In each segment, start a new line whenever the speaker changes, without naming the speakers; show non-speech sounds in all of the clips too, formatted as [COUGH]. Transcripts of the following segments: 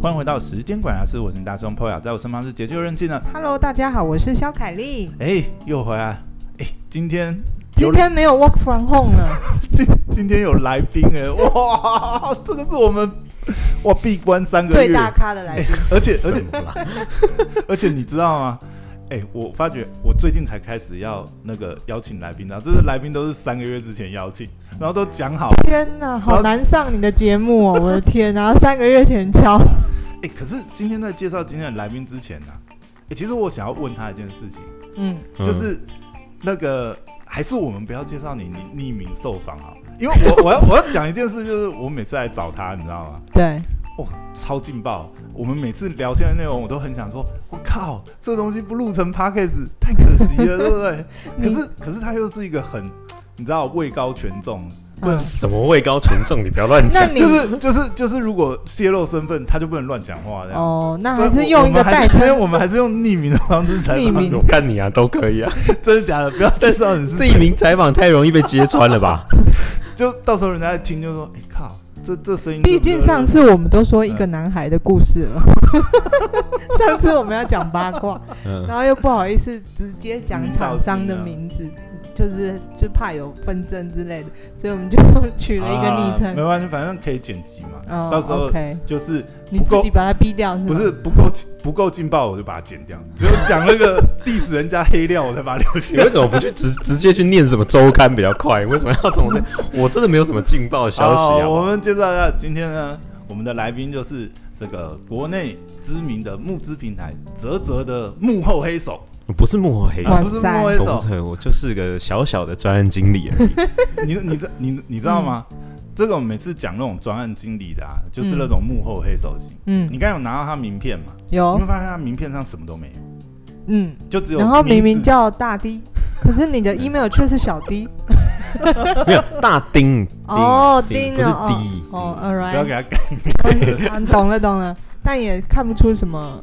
欢迎回到时间管家是我是你大众 p o y 在我身旁是解救任性的，
Hello，大家好，我是肖凯丽。
哎，又回来，哎，今天有
今天没有 work from home 了，
[LAUGHS] 今今天有来宾哎，哇，这个是我们哇闭关三个月，
最大咖的来宾，
而且而
什
且
么啦？
[LAUGHS] 而且你知道吗？哎、我发觉我最近才开始要那个邀请来宾，然啊后这是来宾都是三个月之前邀请，然后都讲好。
天哪，好难上你的
[LAUGHS]
节目哦！我的天哪，然后三个月前敲，
哎、可是今天在介绍今天的来宾之前呢、哎、其实我想要问他一件事情，
嗯，
就是那个还是我们不要介绍你，你匿名受访好了，因为我 [LAUGHS] 我要我要讲一件事，就是我每次来找他，你知道吗？
对，
哇，超劲爆！我们每次聊天的内容，我都很想说，我靠，这东西不录成 podcast 太可惜了，对不对？可
[LAUGHS] 你
是可是他又是一个很，你知道，位高权重，不能
嗯
什么位高权重？你不要乱
那
讲。
你
[LAUGHS] 就是就是就是，如果泄露身份，他就不能乱讲话这样。
哦，那
啊所以
还是
我
用一个
[LAUGHS] 我们
代，
还是
称，
我们还是用匿名的方式采
匿
访，
名
我干你啊，都可以啊。
[LAUGHS] 真的假的？不要再说你是谁
匿名采访太容易被揭穿了吧？
就到时候人家一听就说，哎、靠，这这声音对
[LAUGHS] 毕
不对，
竟上次我们都说一个男孩的故事
[LAUGHS]
了，上次我们要讲八卦，
嗯，
[LAUGHS] 然后又不好意思直接讲厂商的名字，
嗯
就是就怕有纷争之类的，所以我们就取了一个昵
啊
称。
没关系，反正可以剪辑嘛。
哦
到时候
OK，
就是
你
不够
自己把它逼掉是吗？
不是不够不够劲爆，我就把它剪掉。只有讲那个 diss 人家黑料，我才把它留
你
下来
为。什么不去直直接去念什么周刊比较快？为什么要从这？我真的没有什么劲爆的 [LAUGHS] 消息啊。
好哦我们介绍一下，今天呢，我们的来宾就是这个国内知名的募资平台泽泽的幕后黑手，
我不是幕后黑手
啊、
哇塞
不是幕后黑
我 [LAUGHS]
手
不，是，我就是个小小的专案经理而已。
你你知你你知道吗？这个我们每次讲那种专案经理的、啊，就是那种幕后黑手型。
嗯，
你刚才有拿到他名片嘛？你
有
会，发现他名片上什么都没有，
嗯，
就只有
哦然后
名
明明
字
叫大 D，可是你的 email 却是小 D。
没有大丁丁
哦，
丁
丁
不是
哦，
D
哦
嗯
，all
不要
right，
给他改。
啊懂了懂了，但也看不出什么。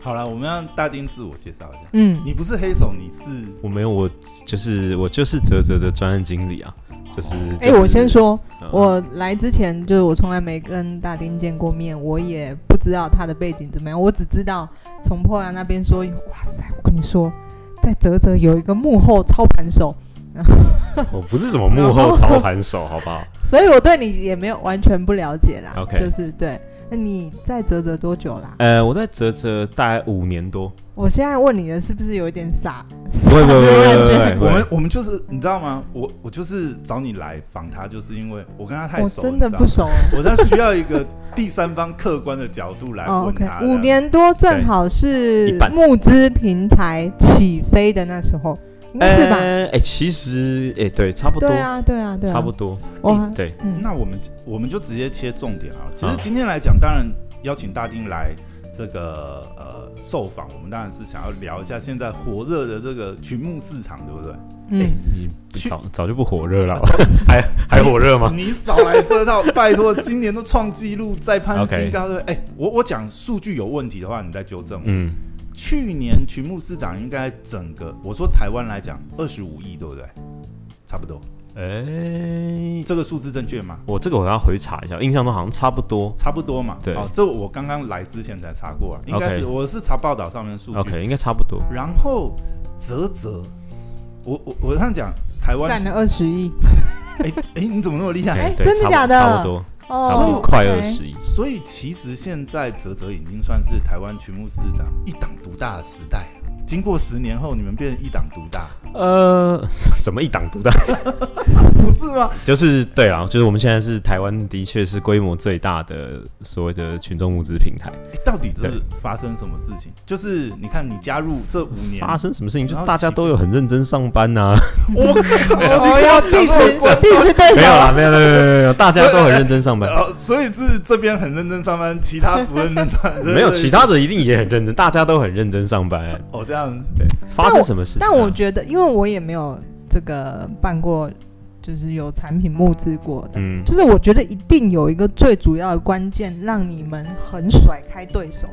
好了，我们让大丁自我介绍一下。
嗯，
你不是黑手，你是
我没有，我就是我就是泽泽的专案经理啊，就是。
哎，我先，说，
嗯
我来之前就是我从来没跟大丁见过面，我也不知道他的背景怎么样，我只知道从破阳那边说，哇塞，我跟你说，在泽泽有一个幕后操盘手，
我不是什么幕后操盘手，好不好？
所以我对你也没有完全不了解啦。
OK
就是对，那你在泽泽多久啦？
呃，我在泽泽大概五年多，
我现在问你的是不是有一点傻？
不会不会不会不会不会，
我们我们就是你知道吗？我我就是找你来访他，就是因为我跟他太
我
熟了，
哦真的
你知道
不
吗。
熟。
我在需要一个第三方客观的角度来
哦
问
，OK，
他。
五年多正好
对
是
一半
募资平台起飞的那时候，应该是吧？
呃，哎、其实哎、对，差不多，
对啊，对啊，对啊，
差不多，
我
一
还
对，
这样，
嗯，
那我们我们就直接切重点啊。其实
好
今天来讲，当然邀请大丁来这个呃受访，我们当然是想要聊一下现在火热的这个群募市场，对不对？
嗯，
哎你
去
早早就不火热了， [LAUGHS] 还还火热 [LAUGHS] 吗？
你少来这套，拜托，今年都创纪录，再攀新
OK
高。对不对哎，我我讲数据有问题的话，你再纠正我。
嗯，
去年群募市场应该整个，我说台湾来讲，二十五亿，对不对？差不多，
哎、
这个数字正确吗？
嗯我这个我要回查一下，印象中好像差不多
差不多嘛。
对
哦，这我刚刚来之前才查过啊，应该
OK
是我是查报道上面的数据。
，OK，应该差不多，
然后泽泽，我我我这样讲，台湾
占
是
了二十亿
哎哎，你怎么那么厉害？
哎
对
真的
差不
假的
差不多，差不
哦
多，快
OK
二。十亿，
所以其实现在泽泽已经算是台湾群募市场一党独大的时代了。经过十年后，你们变成一党独大，
呃， [LAUGHS] 什么一党独大？ [LAUGHS]
不是吗？
就是对啊，就是我们现在是台湾的确是规模最大的所谓的群众募资平台。
哎到底这
对
发生什么事情？就是你看，你加入这五年，
发生什么事情？就
然后
大家
起
都有很认真上班啊呐、
[LAUGHS]
哎我靠，你
哦，
不要
要
讲这
第十
么官
第十对
没有啊啦，
手，
没有没有没有没有，大家都很认真上班。
呃，所以是这边很认真上班，其他不认真上班，
没有，其他的一定也很认真，大家都很认真上班。
[LAUGHS] 哦这样子，
发生什么事？啊
但我觉得，因为我也没有这个办过，就是有产品募资过的，
嗯，
就是我觉得一定有一个最主要的关键，让你们很甩开对手，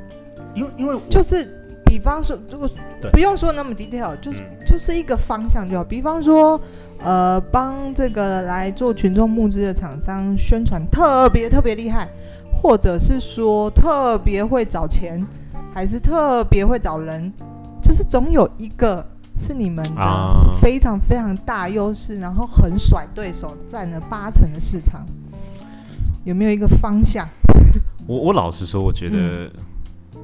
因为因为我哦
就是比方说，如果
对
不用说那么 detail，就是、
嗯
就是一个方向就好。比方说，呃，帮这个来做群众募资的厂商宣传特别特别厉害，或者是说特别会找钱，还是特别会找人，就是总有一个是你们的
啊，
非常非常大优势，然后很甩对手，占了八成的市场。有没有一个方向？
我我老实说，我觉得
嗯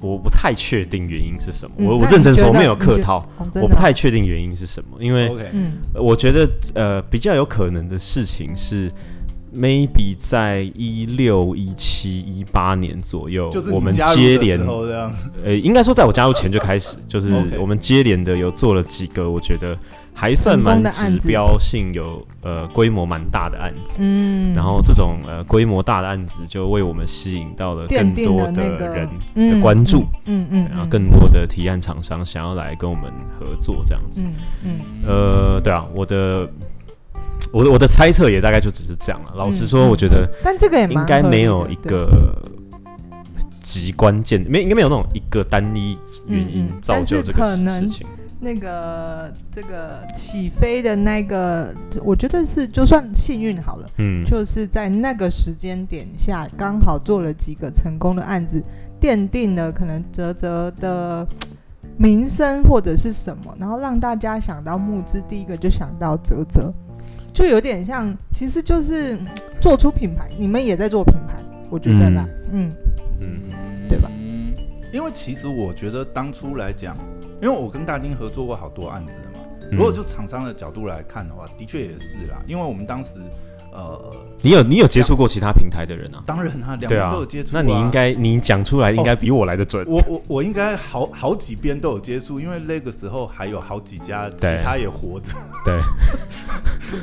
我不太确定原因是什么。
嗯
我
那
我
你
认真
觉
说，
得
没有
你
客
觉
套，
哦，真的
我不太确定原因是什么，因为
OK，
嗯
我觉得呃比较有可能的事情是，maybe 在一六一七一八年左右，
就是
我
你
们
加入的
接连
时候这样，
呃，应该说在我加入前就开始，就是
OK
我们接连的有做了几个，我觉得还算
成功
蛮
的案
指
子
标性有呃规模蛮大的案子。
嗯
然后这种呃规模大的案子，就为我们吸引到了更
奠定
多
了
的
那个
人
嗯
的关注，，
嗯嗯，嗯
然后更多的提案厂商想要来跟我们合作这样子。
嗯嗯
呃，对啊，我的我的我的猜测也大概就只是这样了。老实说，
嗯
我觉得
但这个也蛮
应该
合理
没
的
有一
对
个极关键，没应该没有那种一个单一原因
嗯嗯
造就这
但
个
是可
事
能
情。
那个这个起飞的那个，我觉得是就算幸运好了，
嗯，
就是在那个时间点下，刚好做了几个成功的案子，奠定了可能泽泽的嗯名声或者是什么，然后让大家想到募资，第一个就想到泽泽，就有点像，其实就是嗯做出品牌，你们也在做品牌，我觉得啦，嗯
嗯
对吧
嗯，因为其实我觉得当初来讲，因为我跟大金合作过好多案子的嘛，
嗯
如果就厂商的角度来看的话，的确也是啦，因为我们当时呃，
你有你有接触过其他平台的人啊？
当然啊，两
对
边
啊
都有接，触、
那你应。该你讲出来应该比我来的准。
我我我应该好好几边都有接触，因为那个时候还有好几家其
对
他也活着，
对，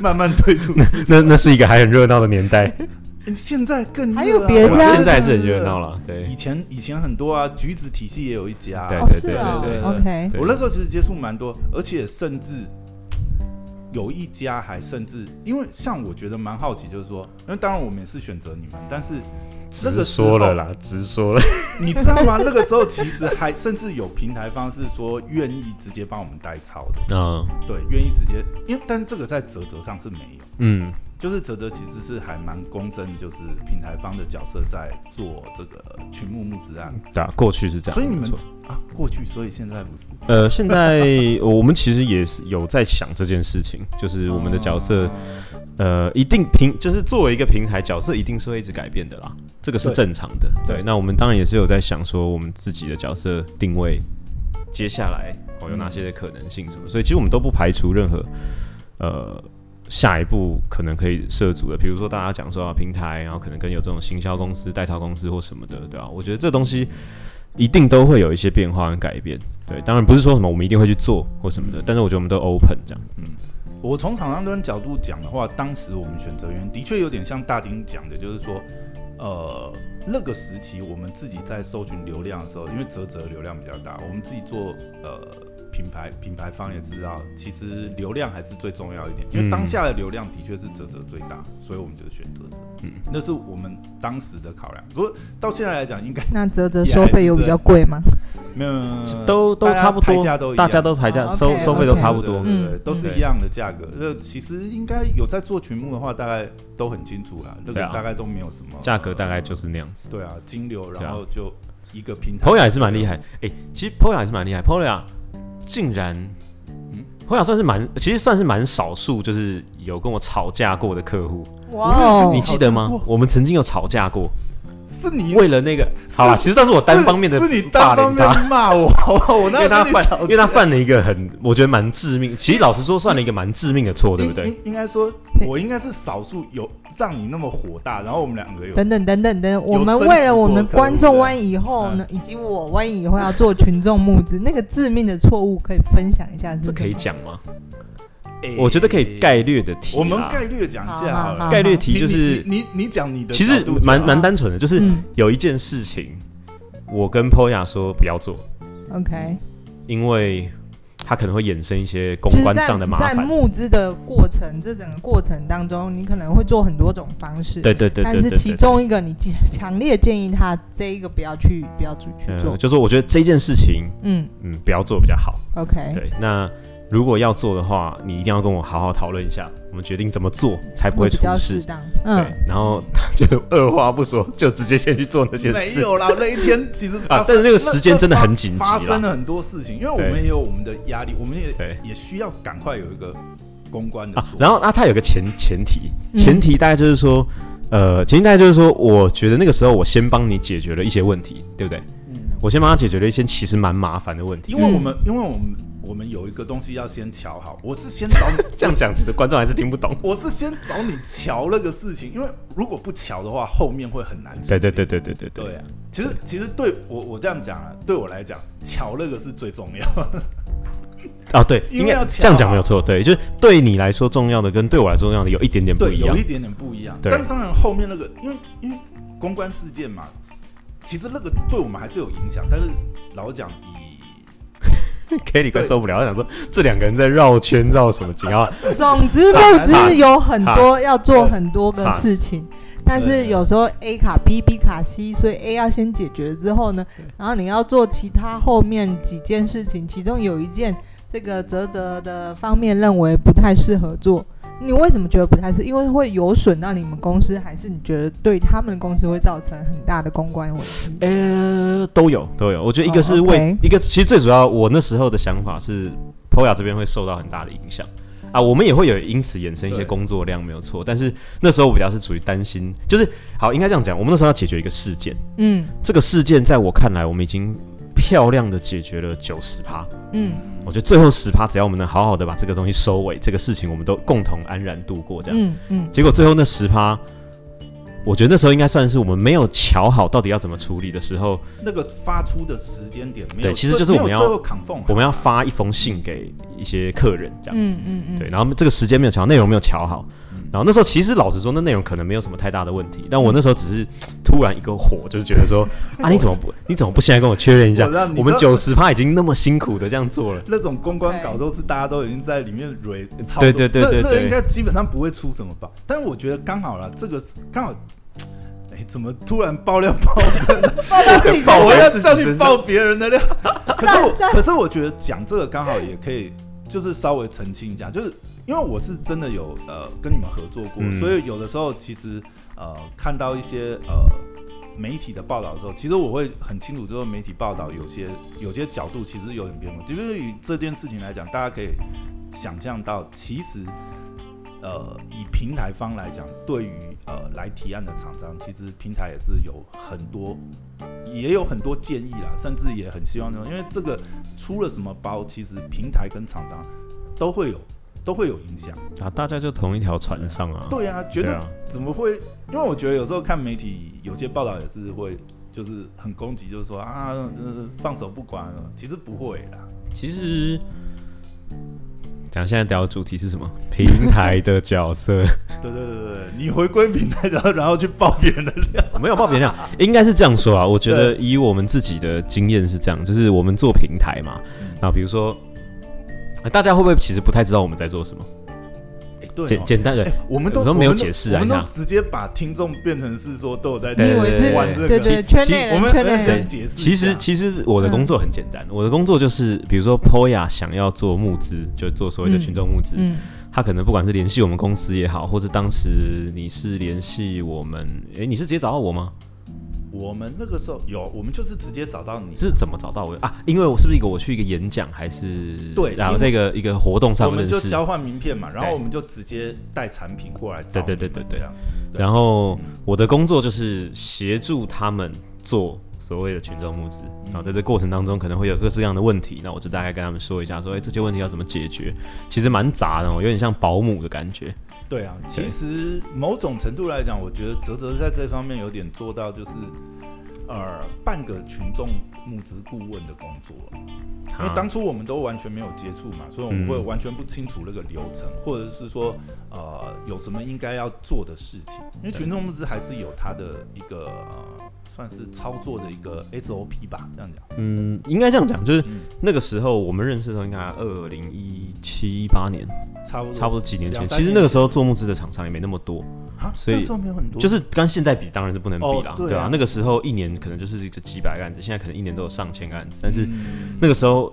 [LAUGHS] 慢慢退
[LAUGHS]
出市场。
那那是一个还很热闹的年
[LAUGHS]
代，
现在更热啊
还有别人家
现在还是很热闹。了。对
以，前以前很多啊，橘子体系也有一家啊、
对
哦
对
是
对
啊
对对对
，OK，
对
我那时候其实接触蛮多，而且甚至有一家还甚至，因为像我觉得蛮好奇，就是说，因为当然我们也是选择你们，但是那
直
个时候
说了啦，直说了。
[LAUGHS] 你知道吗？那个时候其实还甚至有平台方是说愿意直接帮我们代操的，
嗯
对，愿意直接，因为但是这个在泽泽上是没有。
嗯，
就是泽泽其实是还蛮公正，就是平台方的角色在做这个群募募资案，
对啊，过去是这样。
所以你
没
们
错
啊过去，所以现在不是
呃，现在我们其实也是有在想这件事情，就是我们的角色，呃，一定平，就是作为一个平台角色，一定是会一直改变的啦，这个是
对
正常的。
对
对，那我们当然也是有在想说，我们自己的角色定位，接下来哦有
嗯
哪些的可能性什么，所以其实我们都不排除任何，呃。下一步可能可以涉足的，比如说大家讲说啊平台，然后可能跟有这种行销公司、代操公司或什么的，对吧、啊我觉得这东西一定都会有一些变化跟改变。对，当然不是说什么我们一定会去做或什么的，但是我觉得我们都 open 这样。
我从厂商端角度讲的话，当时我们选择员的确有点像大丁讲的，就是说，呃，那个时期我们自己在搜寻流量的时候，因为泽泽流量比较大，我们自己做呃品牌品牌方也知道，其实流量还是最重要一点，因为
嗯
当下的流量的确是泽泽最大，所以我们就选泽泽，
嗯
那是我们当时的考量。不过到现在来讲，应该
那泽泽收费有比较贵吗？
没有没有没有没有
都都
大家
差不
牌
多
价都一，样
大家都排价
哦
收
OK，
收费都差不多
对。对对，
嗯
都是一样的价格。那其实应该有在做群募的话，大概都很清楚啦，那个
对啊
大概都没有什么
价格大概就是那样子。
对啊，金流，
对啊
然后就一个平台。
Poya 也是蛮厉害，哎、其实 Poya 也是蛮厉害，Poya 竟然，嗯
嗯
，Poya 算是蛮，其实算是蛮少数，就是有跟我吵架过的客户。
哇
哦
你记得吗
吵架过？
我们曾经有吵架过，
是你
为了那个，
是
好啦，其实算是我单方面的
是是你
霸
单方
凌
面
他。
骂我，好不好？我
[LAUGHS] 因
那
为他
跟你
犯
吵，架
因为他犯了一个很，我觉得蛮致命。其实老实说，算了一个蛮致命的错，对不
应
对？
应应该说，我应该是少数有让你那么火大，然后我们两个有
等等等等等，我们
争
为
执
了我们
过
的
可能
观众，
对
万一以后呢，以及我万一以后要做群众募资，那个致命的错误可以分享一下是
这
什么？
可以讲吗？
哎
我觉得可以概略的提啦。
我们概略讲一下好
好好
了
好。
概率
你
题就是，
你你你你讲你的
其
角
实
度就好，
蛮
好
蛮单纯的，就是
嗯
有一件事情，我跟 Poya 说不要做，
，OK，
因为它可能会衍生一些公
就是
关
在
上的麻
在
烦。
募资的过程，这整个过程当中，你可能会做很多种方式，
对对对
但
对对
是其
对。
中一个你强强烈建议他这一个不要去，不要去去
呃
做，
就是我觉得这件事情，
嗯
嗯，不要做比较好。
，OK，
对，那如果要做的话，你一定要跟我好好讨论一下，我们决定怎么做才不会
比
出
较适
事。
当，
对
嗯，，
然后就二话不说就直接先去做那件
没
事。
有啦，那一天其实发
啊但是那个时间真的很紧急啦
发发生了很多事情，因为我们
对
也有我们的压力，我们也
对
也需要赶快有一个公关的
啊
说、，
然后那它有个前前提，
嗯
前提大概就是说，呃，前提大概就是说，我觉得那个时候我先帮你解决了一些问题，对不对？
嗯
我先帮他解决了一些其实蛮麻烦的问题。
因为我们、因为我们我们有一个东西要先瞧好，我是先找你 [LAUGHS]
这样讲，其实观众还是听不懂。
我是先找你瞧那个事情，因为如果不瞧的话，后面会很难处理
对对对对对对对
对啊，其实其实对我我这样讲啊，对我来讲，瞧那个是最重要。
啊，对，
因为
应该
要
这
调
样讲
啊
没有错。对，就是对你来说重要的跟对我来说重要的有一点点不
对，
一
有
样
一。点点不一样。
对
但当然后面那个，因为因为公关事件嘛，其实那个对我们还是有影响，但是老讲以
[LAUGHS] Kelly 快受不了，他想说这两个人在绕圈绕什么劲
[LAUGHS]
啊？
总之，募资有很多要做很多个事情，但是有时候 A 卡 B、B 卡 C，所以 A 要先解决之后呢，然后你要做其他后面几件事情，其中有一件这个泽泽的方面认为不太适合做。你为什么觉得不太适？因为会有损到你们公司，还是你觉得对他们公司会造成很大的公关问题？
呃，都有都有。我觉得一
哦
个是为、
OK
一个，其实最主要我那时候的想法是 Poya 这边会受到很大的影响啊，我们也会有因此衍生一些
对
工作量没有错，但是那时候我比较是属于担心，就是好应该这样讲，我们那时候要解决一个事件，
嗯
这个事件在我看来我们已经漂亮的解决了九十趴，
嗯
我觉得最后十趴只要我们能好好的把这个东西收尾，这个事情我们都共同安然度过这样。
嗯嗯
结果最后那十趴，我觉得那时候应该算是我们没有瞧好到底要怎么处理的时候，
那个发出的时间点没有最，
对其实就是我们要
没有最后扛缝，
我们要发一封信给一些客人这样子。
嗯嗯嗯，
对，然后这个时间没有瞧好，内容没有瞧好
嗯。
然后那时候其实老实说，那内容可能没有什么太大的问题，但我那时候只是突然一个火，就是觉得说啊，你怎么不你怎么不现在跟我确认一下
我让？你
我们
知道
九十趴已经那么辛苦的这样做了，
那种公关稿都是大家都已经在里面蕊，操
对
作
对对对
那那
对
应该基本上不会出什么吧？但是我觉得刚好了，这个是刚好，哎，怎么突然爆料爆
[LAUGHS] 报到自己
报
我
我
要
要
叫
叫
你
你
爆
爆
别人的
[LAUGHS]
料。可是我
赞，赞
可是我觉得讲这个刚好也可以，就是稍微澄清一下，就是因为我是真的有呃跟你们合作过，
嗯
所以有的时候其实呃看到一些呃。媒体的报道的时候，其实我会很清楚，就是媒体报道有些有些角度其实有点偏颇。就是以这件事情来讲，大家可以想象到，其实呃，以平台方来讲，对于呃来提案的厂商，其实平台也是有很多，也有很多建议啦，甚至也很希望呢，因为这个出了什么包，其实平台跟厂商都会有都会有影响。
啊，大家就同一条船上啊。
对啊，绝对
啊
怎么会？因为我觉得有时候看媒体有些报道也是会，就是很攻击，就是说啊、呃放手不管，其实不会啦。
其实，讲现在聊的主题是什么？ [LAUGHS] 平台的角色
对对对对对，你回归平台，然后然后去爆别人的料，
没有爆别料，应该是这样说啊。我觉得以我们自己的经验是这样，就是我们做平台嘛，那比如说。呃大家会不会其实不太知道我们在做什么？
哎对、哦，
简简单的
哎，我们都
我们都没有解释啊
我们都
你
我
看
们都直接把听众变成是说都有在
你以为
对
是
玩这个，
对对圈内
我
人
们
圈内
先
人，
解释一下。
其实其实我的工作很简单，我的工作就是比如说 Poya 想要做募资，就做所谓的群众募资，
嗯
他可能不管是联系我们公司也好，或是当时你是联系我们，诶，你是直接找到我吗？
我们那个时候有，我们就是直接找到你，
是怎么找到我的啊？因为我是不是一个我去一个演讲还是
对
然后在一个一个活动
我
上
们
认
就
识，
交换名片嘛，然后
对
我们就直接带产品过来找你
对对对对对
这样
然后
嗯
我的工作就是协助他们做所谓的群众募资，
嗯
然后在这过程当中可能会有各式各样的问题，那我就大概跟他们说一下说、哎，这些问题要怎么解决，其实蛮杂的哦，有点像保姆的感觉，
对啊，其
对
实某种程度来讲，我觉得泽泽在这方面有点做到就是。呃，半个群众募资顾问的工作，因为
啊
当初我们都完全没有接触嘛，所以我们
嗯
会完全不清楚那个流程，或者是说，呃，有什么应该要做的事情。因为群众募资还是有它的一个、呃、算是操作的一个 SOP 吧，这样讲。
嗯，应该这样讲，就是
嗯
那个时候我们认识的时候，应该二零一七一八年，
差不多，
差不多几年前。
哦两三
其实
年
那个时候做募资的厂商也没那么多，
啊，
所以
那时候没有很多，
就是跟现在比，当然是不能比啦，
哦对啊
对啊，那个时候一年可能就是这几百个案子，现在可能一年都有上千个案子，但是
嗯
那个时候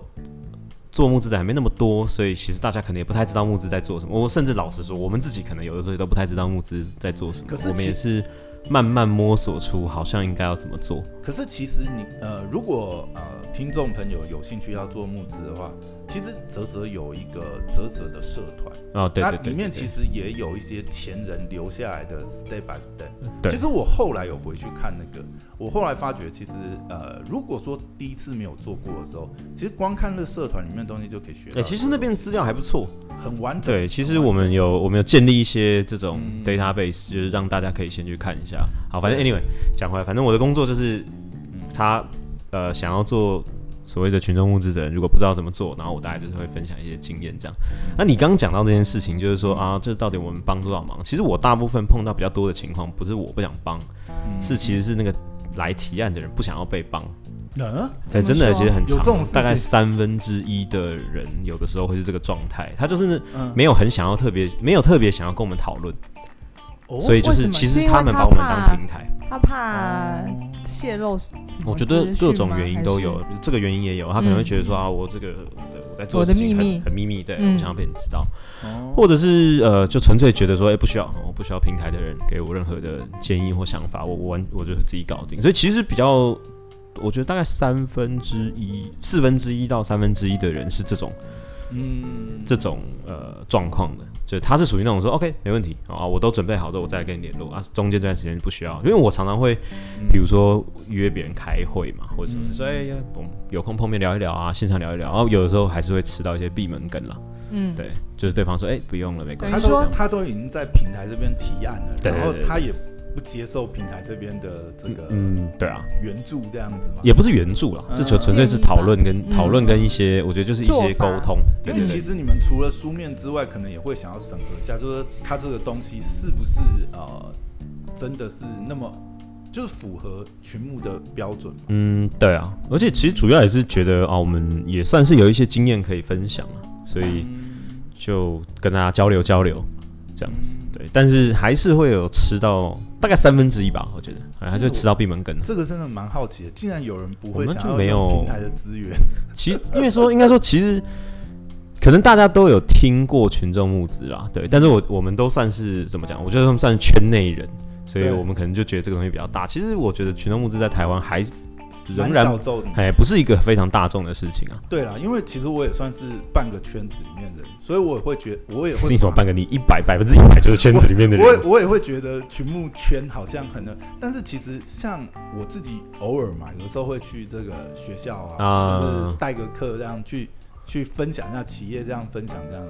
做募资的还没那么多，所以其实大家可能也不太知道募资在做什么。我甚至老实说，我们自己可能有的时候也都不太知道募资在做什么
可是，
我们
其
也是慢慢摸索出好像应该要怎么做。
可是其实你呃，如果呃听众朋友有兴趣要做募资的话，其实泽泽有一个泽泽的社团，
哦，对
那
对对对
里面
对
其实也有一些前人留下来的 step by step。
对
其实我后来有回去看那个，我后来发觉，其实呃，如果说第一次没有做过的时候，其实光看那社团里面的东西就可以学到
哎、
很多。
其实那边资料还不错。
很完整。
对，其实我们有我们有建立一些这种
嗯
database，、就是让大家可以先去看一下。好，反正
对嗯
anyway 讲回来，反正我的工作就是他呃想要做所谓的群众募资的人，如果不知道怎么做，然后我大概就是会分享一些经验这样。那你刚刚讲到这件事情，就是说啊，这到底我们帮多少忙？其实我大部分碰到比较多的情况，不是我不想帮，
嗯
是其实是那个来提案的人不想要被帮。
嗯，
对，
怎
真
么
的
说
其实很
有
长，
这种事
大概
情
三分之一的人有的时候会是这个状态，他就是
嗯
没有很想要特别，没有特别想要跟我们讨论，
哦
所以就
为什
是
么
其
是
实
因为
他们
他
把我们
怕
当平台，
他怕
哦
泄露什么资讯吗，
我觉得各种原因都有
还是，，
这个原因也有，他可能会
嗯
觉得说啊，我这个对我在做
我的
事情
秘密
很很秘密，对
嗯
我想要被人知道，
哦
或者是呃，就纯粹觉得说，哎、不需要，我不需要平台的人给我任何的建议或想法，我我完我就自己搞定。所以其实比较，我觉得大概三分之一、四分之一到三分之一的人是这种
嗯，
这种呃状况的，就是他是属于那种说 OK 没问题啊，我都准备好之后我再来跟你联络啊，中间这段时间不需要，因为我常常会比如说约别人开会嘛或者什么
嗯
的，所以呃我们有空碰面聊一聊啊，线上聊一聊，然后有的时候还是会吃到一些闭门羹啦，
嗯， [LAUGHS]
对，就是对方说哎、不用了没关系，
他
等于说
都他都已经在平台这边提案了，
对对
然后
对对
他也不接受平台这边的这个
嗯对啊，
援助这样子嘛。
也不是援助啦，
呃嗯
这就纯粹是讨论跟
嗯
讨论跟一些，我觉得就是一些沟通，
因
对
为
对
其
对。
实你们除了书面之外，可能也会想要审核一下，就是他这个东西是不是呃真的是那么就是符合群目的标准嘛。
嗯，对啊，而且其实主要也是觉得啊，我们也算是有一些经验可以分享啊，所以
嗯
就跟大家交流交流，这样子。对，但是还是会有吃到大概三分之一吧，我觉得，哎还是会吃到闭门羹。
这个真的蛮好奇的，竟然有人不
我
会
们
想
就
要
没
用
有
平台的资源，
其实因为说，应该说，其实可能大家都有听过群众募资啦，对，但是我我们都算是怎么讲？我觉得他们算是圈内人，所以
对
我们可能就觉得这个东西比较大。其实我觉得群众募资在台湾还仍
蛮
然
小众的。
哎不是一个非常大众的事情啊。
对啦，因为其实我也算是半个圈子里面人，所以我也会觉，我也会
是你怎么办个你一百百分之一百就是圈子里面的
我也
人，
我也会觉得群目圈好像很，但是其实像我自己偶尔嘛，有的时候会去这个学校啊，
啊
就是带个课这样去去分享一下企业这样分享这样。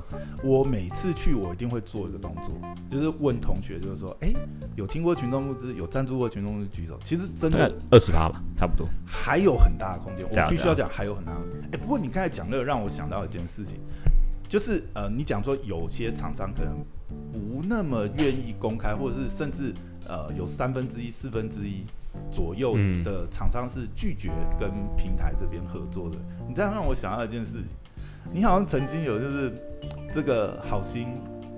我每次去我一定会做一个动作，就是问同学，就是说，哎、有听过群众募资，有赞助过群众募资举手。其实真
大概
的
二十趴吧，差不多。
还有很大的空间，
对啊
我必须要讲还有很大的空间。哎、不过你刚才讲那个让我想到一件事情，就是呃，你讲说有些厂商可能不那么愿意公开，或者是甚至呃有三分之一、四分之一左右
嗯
的厂商是拒绝跟平台这边合作的。你这样让我想到一件事情，你好像曾经有就是这个好心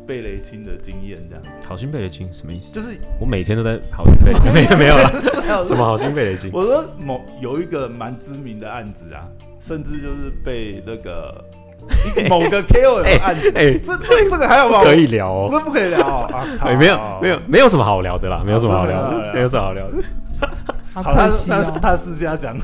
被雷亲的经验，这样
好心被雷金什么意思？
就是
我每天都在好心被雷，没有没有了，
最好是
什么好心被雷金？
我说某有一个蛮知名的案子啊，甚至就是被那个 [LAUGHS] 一个某个 KOL 的案子，
哎，
这这这个还有吗？
可以聊哦
我，。这不可以聊哦
[LAUGHS]
啊！靠
哎，没有没有没有什么好聊的啦，没有什么好聊
真的没有
的，
了
没有什么好聊的。
好
好，他啊
可惜
他
哦。
他私下讲，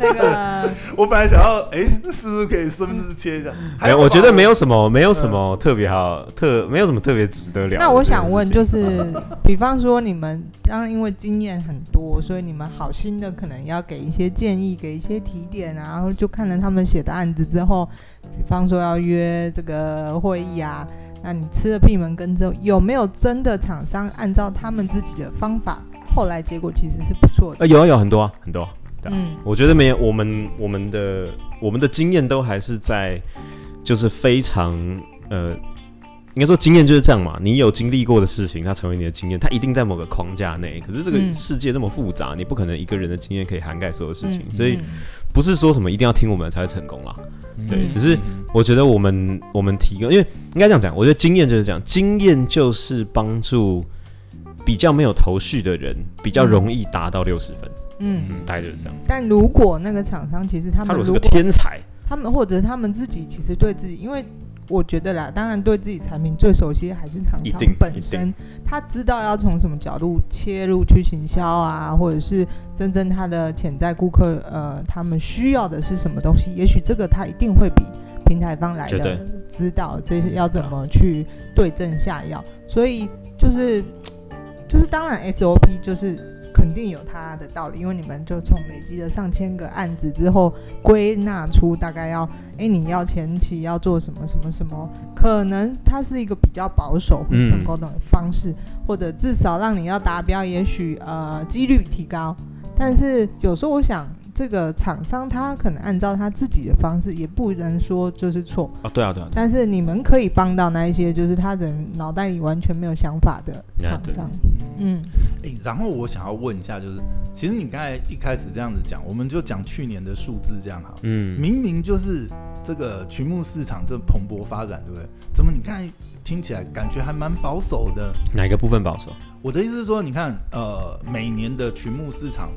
那
[LAUGHS]
个
[LAUGHS] 我本来想要，哎，是不是可以顺便切一下？
没
还
有，我觉得没
有
有什么，没有什么特别好，特没有什么特别值得聊的这件事情。
那我想问，就是 [LAUGHS] 比方说你们嗯当然因为经验很多，所以你们好心的可能要给一些建议，给一些提点啊，然后就看了他们写的案子之后，比方说要约这个会议啊，那你吃了闭门羹之后，有没有真的厂商按照他们自己的方法，后来结果其实是不错的？
呃，有啊有很多啊，很多啊。对啊
嗯，
我觉得没有，我们我们的我们的经验都还是在，就是非常呃，应该说经验就是这样嘛。你有经历过的事情，它成为你的经验，它一定在某个框架内。可是这
嗯
个世界这么复杂，你不可能一个人的经验可以涵盖所有事情，
嗯
所以不是说什么一定要听我们才会成功啦。对，
嗯
只是我觉得我们我们提供，因为应该这样讲，我觉得经验就是这样，经验就是帮助比较没有头绪的人比较容易达到六十分，
嗯嗯。
嗯，大概就是这样。
但如果那个厂商其实他
他
们
如果
如
是
果
个天才，
他们或者他们自己其实对自己，因为我觉得啦，当然对自己产品最熟悉还是厂
一
商
定
本
一
身，他知道要从什么角度切入去行销啊，或者是真正他的潜在顾客呃，他们需要的是什么东西，也许这个他一定会比平台方来
绝对
的知道这些要怎么去对症下药，所以就是就是当然 SOP 就是。肯定有它的道理，因为你们就从累积了上千个案子之后，归纳出大概要哎，你要前期要做什么什么什么，可能它是一个比较保守会成功的方式，或者至少让你要达标，也许呃几率提高。但是有时候我想，这个厂商他可能按照他自己的方式，也不能说就是错。
啊，对啊，对啊，
但是你们可以帮到那一些就是他人脑袋里完全没有想法的
那
厂
对
商，嗯，
诶哎然后我想要问一下，就是其实你刚才一开始这样子讲，我们就讲去年的数字这样好了，
嗯，
明明就是这个群目市场正蓬勃发展，对不对？怎么你看听起来感觉还蛮保守的？
哪一个部分保守？
我的意思是说，你看，呃，每年的群目市场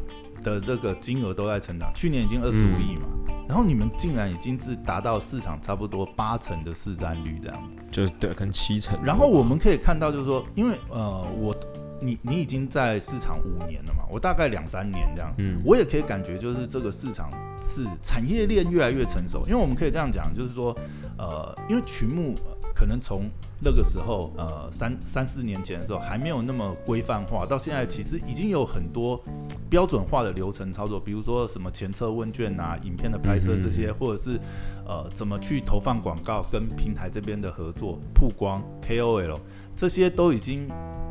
的这个金额都在成长，去年已经二十五
嗯
亿嘛，然后你们竟然已经是达到市场差不多八成的市占率这样子。
就是对，跟七成。
然后我们可以看到，就是说，因为呃，我你你已经在市场五年了嘛，我大概两三年这样，
嗯，
我也可以感觉，就是这个市场是产业链越来越成熟，因为我们可以这样讲，就是说，呃，因为曲目呃可能从那个时候，呃，三三四年前的时候还没有那么规范化，到现在其实已经有很多嘖标准化的流程操作，比如说什么前测问卷啊、影片的拍摄这些，或者是呃怎么去投放广告、跟平台这边的合作、曝光、KOL 这些都已经。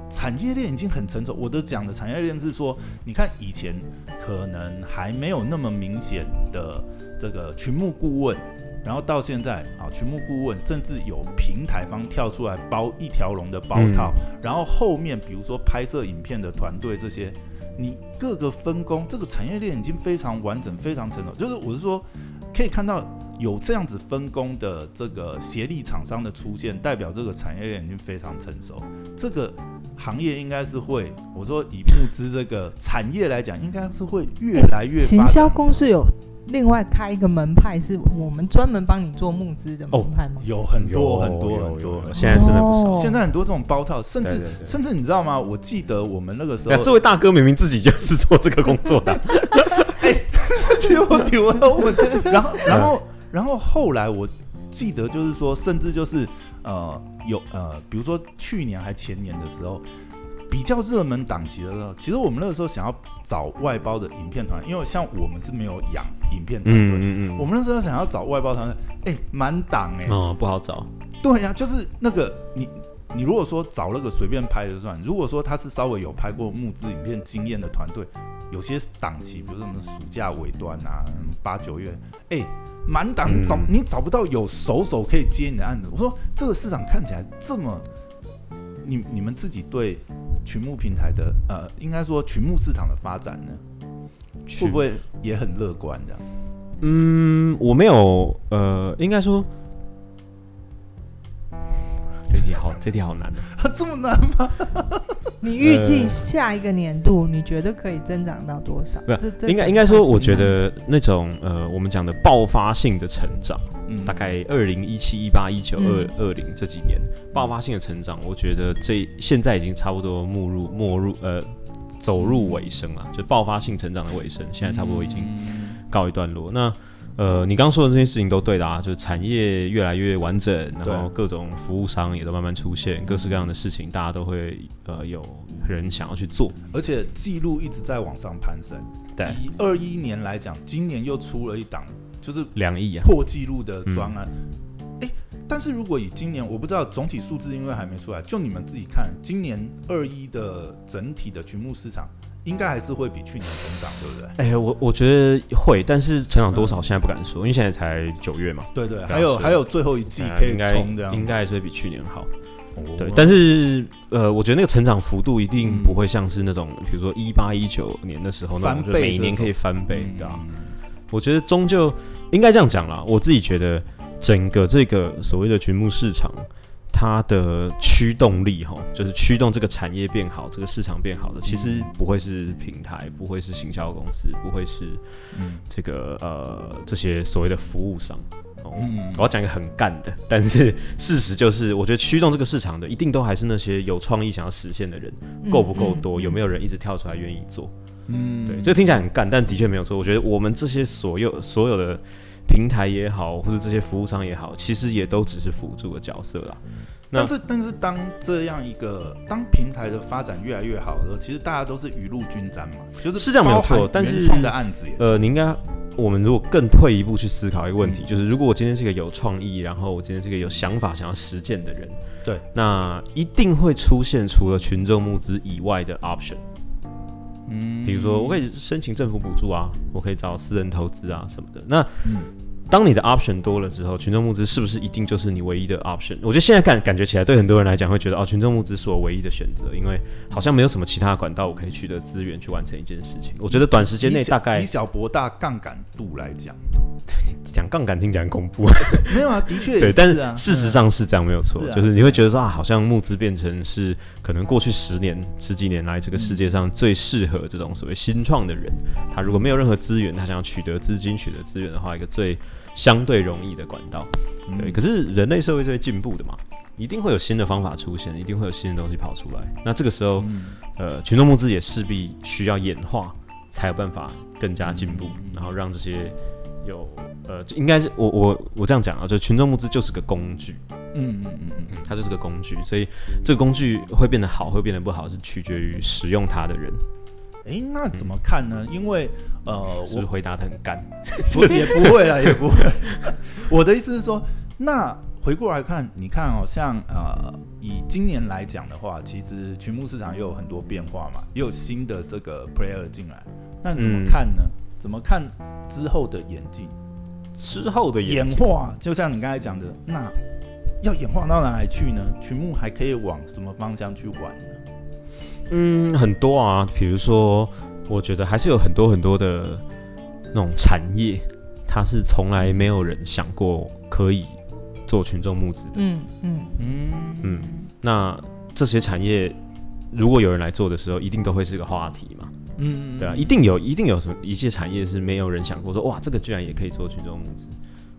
产业链已经很成熟。我的讲的产业链是说，你看以前可能还没有那么明显的这个群目顾问，然后到现在啊，群目顾问甚至有平台方跳出来包一条龙的包套，然后后面比如说拍摄影片的团队这些，你各个分工，这个产业链已经非常完整、非常成熟。就是我是说，可以看到有这样子分工的这个协力厂商的出现，代表这个产业链已经非常成熟。这个行业应该是会，我说以募资这个产业来讲，应该是会越来越发展
行销公司有另外开一个门派，是我们专门帮你做募资的门
哦
派吗？
有很多
有
很多
有
很多
有
很多
现在真的不少。
哦
现在很多这种包套，甚至
对对对
甚至你知道吗？我记得我们那个时
那啊这
候，
位大哥明明自己就是做这个工作
[LAUGHS]
的，
结果丢了我，然后然后然后后来我记得就是说，甚至就是呃有呃，比如说去年还前年的时候。比较热门档期的时候，其实我们那个时候想要找外包的影片团，因为像我们是没有养影片团队，
嗯
我们那时候想要找外包团队，哎、满档哎，
哦不好找，
对呀、就是那个你你如果说找那个随便拍的就算，如果说他是稍微有拍过募资影片经验的团队，有些档期，比如说什么暑假尾端啊，嗯八九月，哎、满档
嗯
找、你找不到有手手可以接你的案子。我说这个市场看起来这么，你你们自己对群募平台的呃，应该说群募市场的发展呢，会不会也很乐观这样？
嗯，我没有，呃，应该说， [LAUGHS] 这题好，这题好难啊的。
这么难吗？
你预计下一个年度，你觉得可以增长到多少？
不
这这
应该应该说，我觉
这个
得那种呃，我们讲的爆发性的成长，
嗯
大概二零一七、一八、一九、
嗯
二二零这几年爆发性的成长，我觉得这现在已经差不多没入没入呃走入尾声了，就爆发性成长的尾声，现在差不多已经
嗯
告一段落。那呃，你刚刚说的这些事情都对的啊，就是产业越来越完整，
对
然后各种服务商也都慢慢出现，各式各样的事情大家都会呃有人想要去做。
而且记录一直在往上攀升。
对，
以二一年来讲，今年又出了一档就是
两亿啊，
破纪录的专案。
嗯
诶，但是如果以今年，我不知道总体数字，因为还没出来，就你们自己看，今年二一的整体的群目市场应该还是会比去年成长，对不对？
哎、我我觉得会，但是成长多少现在不敢说，因为现在才九月嘛，
对对，
对啊
还有
是
还有最后一季
呃
可以
应该
冲这样。
应该还是会比去年好。
哦
对，但是呃，我觉得那个成长幅度一定不会像是那种，比如说一八一九年的时候那
翻
种，就
倍
每
这
年可以
种
翻倍，对啊。
嗯
我觉得终究应该这样讲啦。我自己觉得，整个这个所谓的群目市场，它的驱动力哈，就是驱动这个产业变好，这个市场变好
嗯
的，其实不会是平台，不会是行销公司，不会是
嗯
这个呃这些所谓的服务商，哦，
嗯
我要讲一个很干的，但是事实就是，我觉得驱动这个市场的一定都还是那些有创意想要实现的人，够不
嗯
够多，有没
有？
有人一直跳出来愿意做？
嗯
对，这听起来很干，但的确没有错。我觉得我们这些所有所有的平台也好，或者这些服务商也好，其实也都只是辅助的角色啦。那
但是但是当这样一个当平台的发展越来越好的时候，其实大家都是雨露均沾嘛，就是
是这样没有
包含
错但是
原创的案子也是
呃，你应该，我们如果更退一步去思考一个问
嗯
题，就是如果我今天是一个有创意，然后我今天是一个有想法、想要实践的人，
对，
那一定会出现除了群众募资以外的 option，
嗯
比如说我可以申请政府补助啊，我可以找私人投资啊什么的。那
嗯
当你的 option 多了之后，群众募资是不是一定就是你唯一的 option？我觉得现在感感觉起来，对很多人来讲会觉得哦，群众募资是我唯一的选择，因为好像没有什么其他的管道我可以取得资源去完成一件事情。我觉得短时间内
以小
大概
以小博大杠杆度来讲，
讲杠杆听起来很恐
[LAUGHS]
怖，
没有啊，的确也
对，但
是
是
啊
事实上是这样没有错，
是啊
就是你会觉得说啊，好像募资变成是可能过去十年、十几年
嗯
来这个世界上最适合这种所谓新创的人，他如果没有任何资源，他想要取得资金、取得资源的话，一个最相对容易的管道。
嗯
对，
嗯
可是人类社会是会进步的嘛，一定会有新的方法出现，一定会有新的东西跑出来。那这个时
嗯
候，呃，群众募资也势必需要演化，才有办法更加进步，
嗯
然后让这些有呃，就应该是我我我这样讲啊，就群众募资就是个工具，
嗯嗯嗯嗯，
它就是个工具，所以这个工具会变得好，会变得不好，是取决于使用它的人。
哎、那怎么看呢？因为呃，
是啊不是
我
回答的很干？ [LAUGHS]
不也不会啦，也不会。我的意思是说，那回过来看，你看哦，像呃，以今年来讲的话，其实群募市场也有很多变化嘛，也有新的这个 player 进来，那你怎么看呢？
嗯
怎么看之后的演进
之后的
演
演
化？就像你刚才讲的，那要演化到哪里去呢？群募还可以往什么方向去玩呢？
嗯，很多啊，比如说，我觉得还是有很多很多的那种产业，它是从来没有人想过可以做群众募资的。
嗯嗯，
嗯
嗯那这些产业如果有人来做的时候，一定都会是个话题嘛，
嗯
对啊，一定有，一定有什么一些产业是没有人想过说，哇，这个居然也可以做群众募资。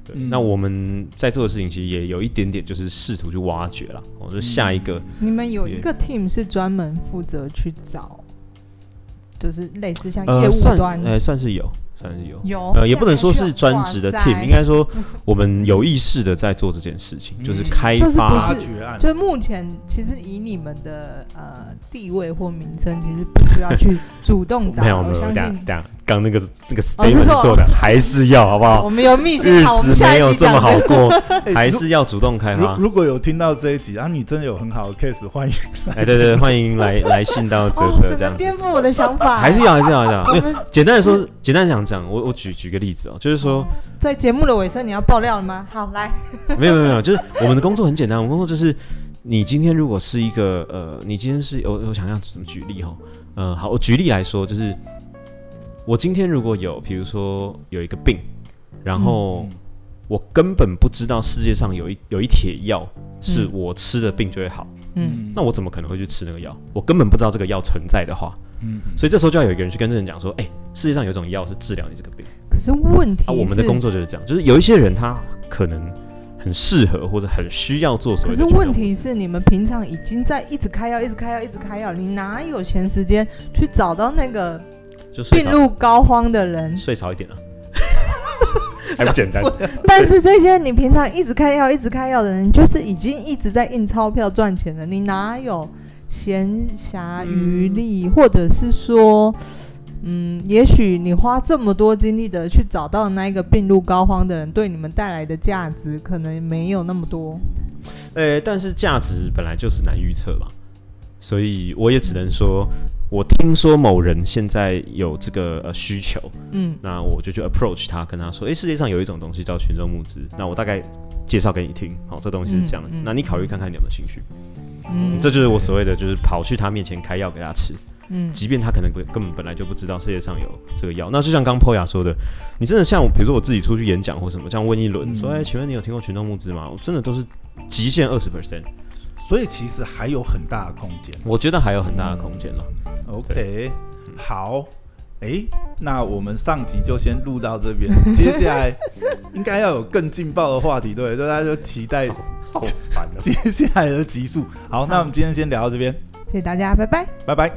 对，
嗯
那我们在做的事情其实也有一点点，就是试图去挖掘啦。我、说下一个，
嗯
你们有一个 team 是专门负责去找，就是类似像嗯业
呃，
务
算，
端
呃，算是有，算是有。
有，
呃，也不能说是专职的
这样还
team，
需要
应该说我们有意识的在做这件事情，
嗯
就是开
就是不
发
发
是。
掘案
就是目前，其实以你们的呃地位或名声，其实不需要去主动找。
[LAUGHS] 没有没
我
有，
相
等下
信
等下，刚那个这个
哦是错
statement 是错的，还是要好不好？
我们有密
啊日
信，好，我们
子
下
没
一
有
集
这
讲
么好
这个。 [LAUGHS]
过，
哎
还
如
是要主动开
如
发。
如果有听到这一集，然、啊、后你真的有很好的 case，欢迎
哎，对对对，欢迎来来信到泽
哦，
泽
整
这
个
样子。
颠覆我的想法。
还是要还是要还是要，
我
没有
们
简单的说，简单地讲讲，我我举举个例子哦，就是说，
在节目的尾声，你要爆料了吗？好，来，
[LAUGHS] 没有没有没有，就是我们的工作很简单，我们工作就是，你今天如果是一个呃，你今天是我我想要怎么举例哈，呃，好，我举例来说，就是我今天如果有，比如说有一个病，然后
嗯
我根本不知道世界上有一有一帖药是
嗯
我吃了病就会好，
嗯，
那我怎么可能会去吃那个药？我根本不知道这个药存在的话，
嗯
所以这时候就要有一个人去跟这个人讲说，哎、世界上有一种药是治疗你这个病。
可是问题是，
啊，我们的工作就是这样，就是有一些人他可能很适合或者很需要做所
可
谓
是
的群众
问
募
题
资
是，你们平常已经在一直开药、一直开药、一直开药，你哪有闲时间去找到那个
就睡
病
少
入膏肓的人？
睡少一点啊， [LAUGHS] 还不简单？
但是这些你平常一直开药、一直开药的人，就是已经一直在印钞票赚钱了，你哪有闲暇余力，或者是说？嗯，也许你花这么多精力的去找到那一个病入膏肓的人，对你们带来的价值可能没有那么多。
呃，但是价值本来就是难预测嘛，所以我也只能说，我听说某人现在有这个呃需求，
嗯
那我就去 approach 他，跟他说，诶，世界上有一种东西叫群众募资，那我大概介绍给你听，好、这东西是这样子，
嗯嗯
那你考虑看看你有没有兴趣？
嗯，
这就是我所谓的，就是跑去他面前开药给他吃。
嗯
即便他可能根本本来就不知道世界上有这个药。那就像刚 Poya 说的，你真的像我，比如说我自己出去演讲或什么，这样问一轮，
嗯
说：“哎，请问你有听过群众募资吗？”我真的都是极限二十 percent，
所以其实还有很大的空间。
我觉得还有很大的空间了。
OK，好，诶，那我们上集就先录到这边， [LAUGHS] 接下来应该要有更劲爆的话题，对不对，所以大家就期待
好烦啊！
接下来的集数。好，那我们今天先聊到这边，
谢谢大家，拜拜。
拜拜。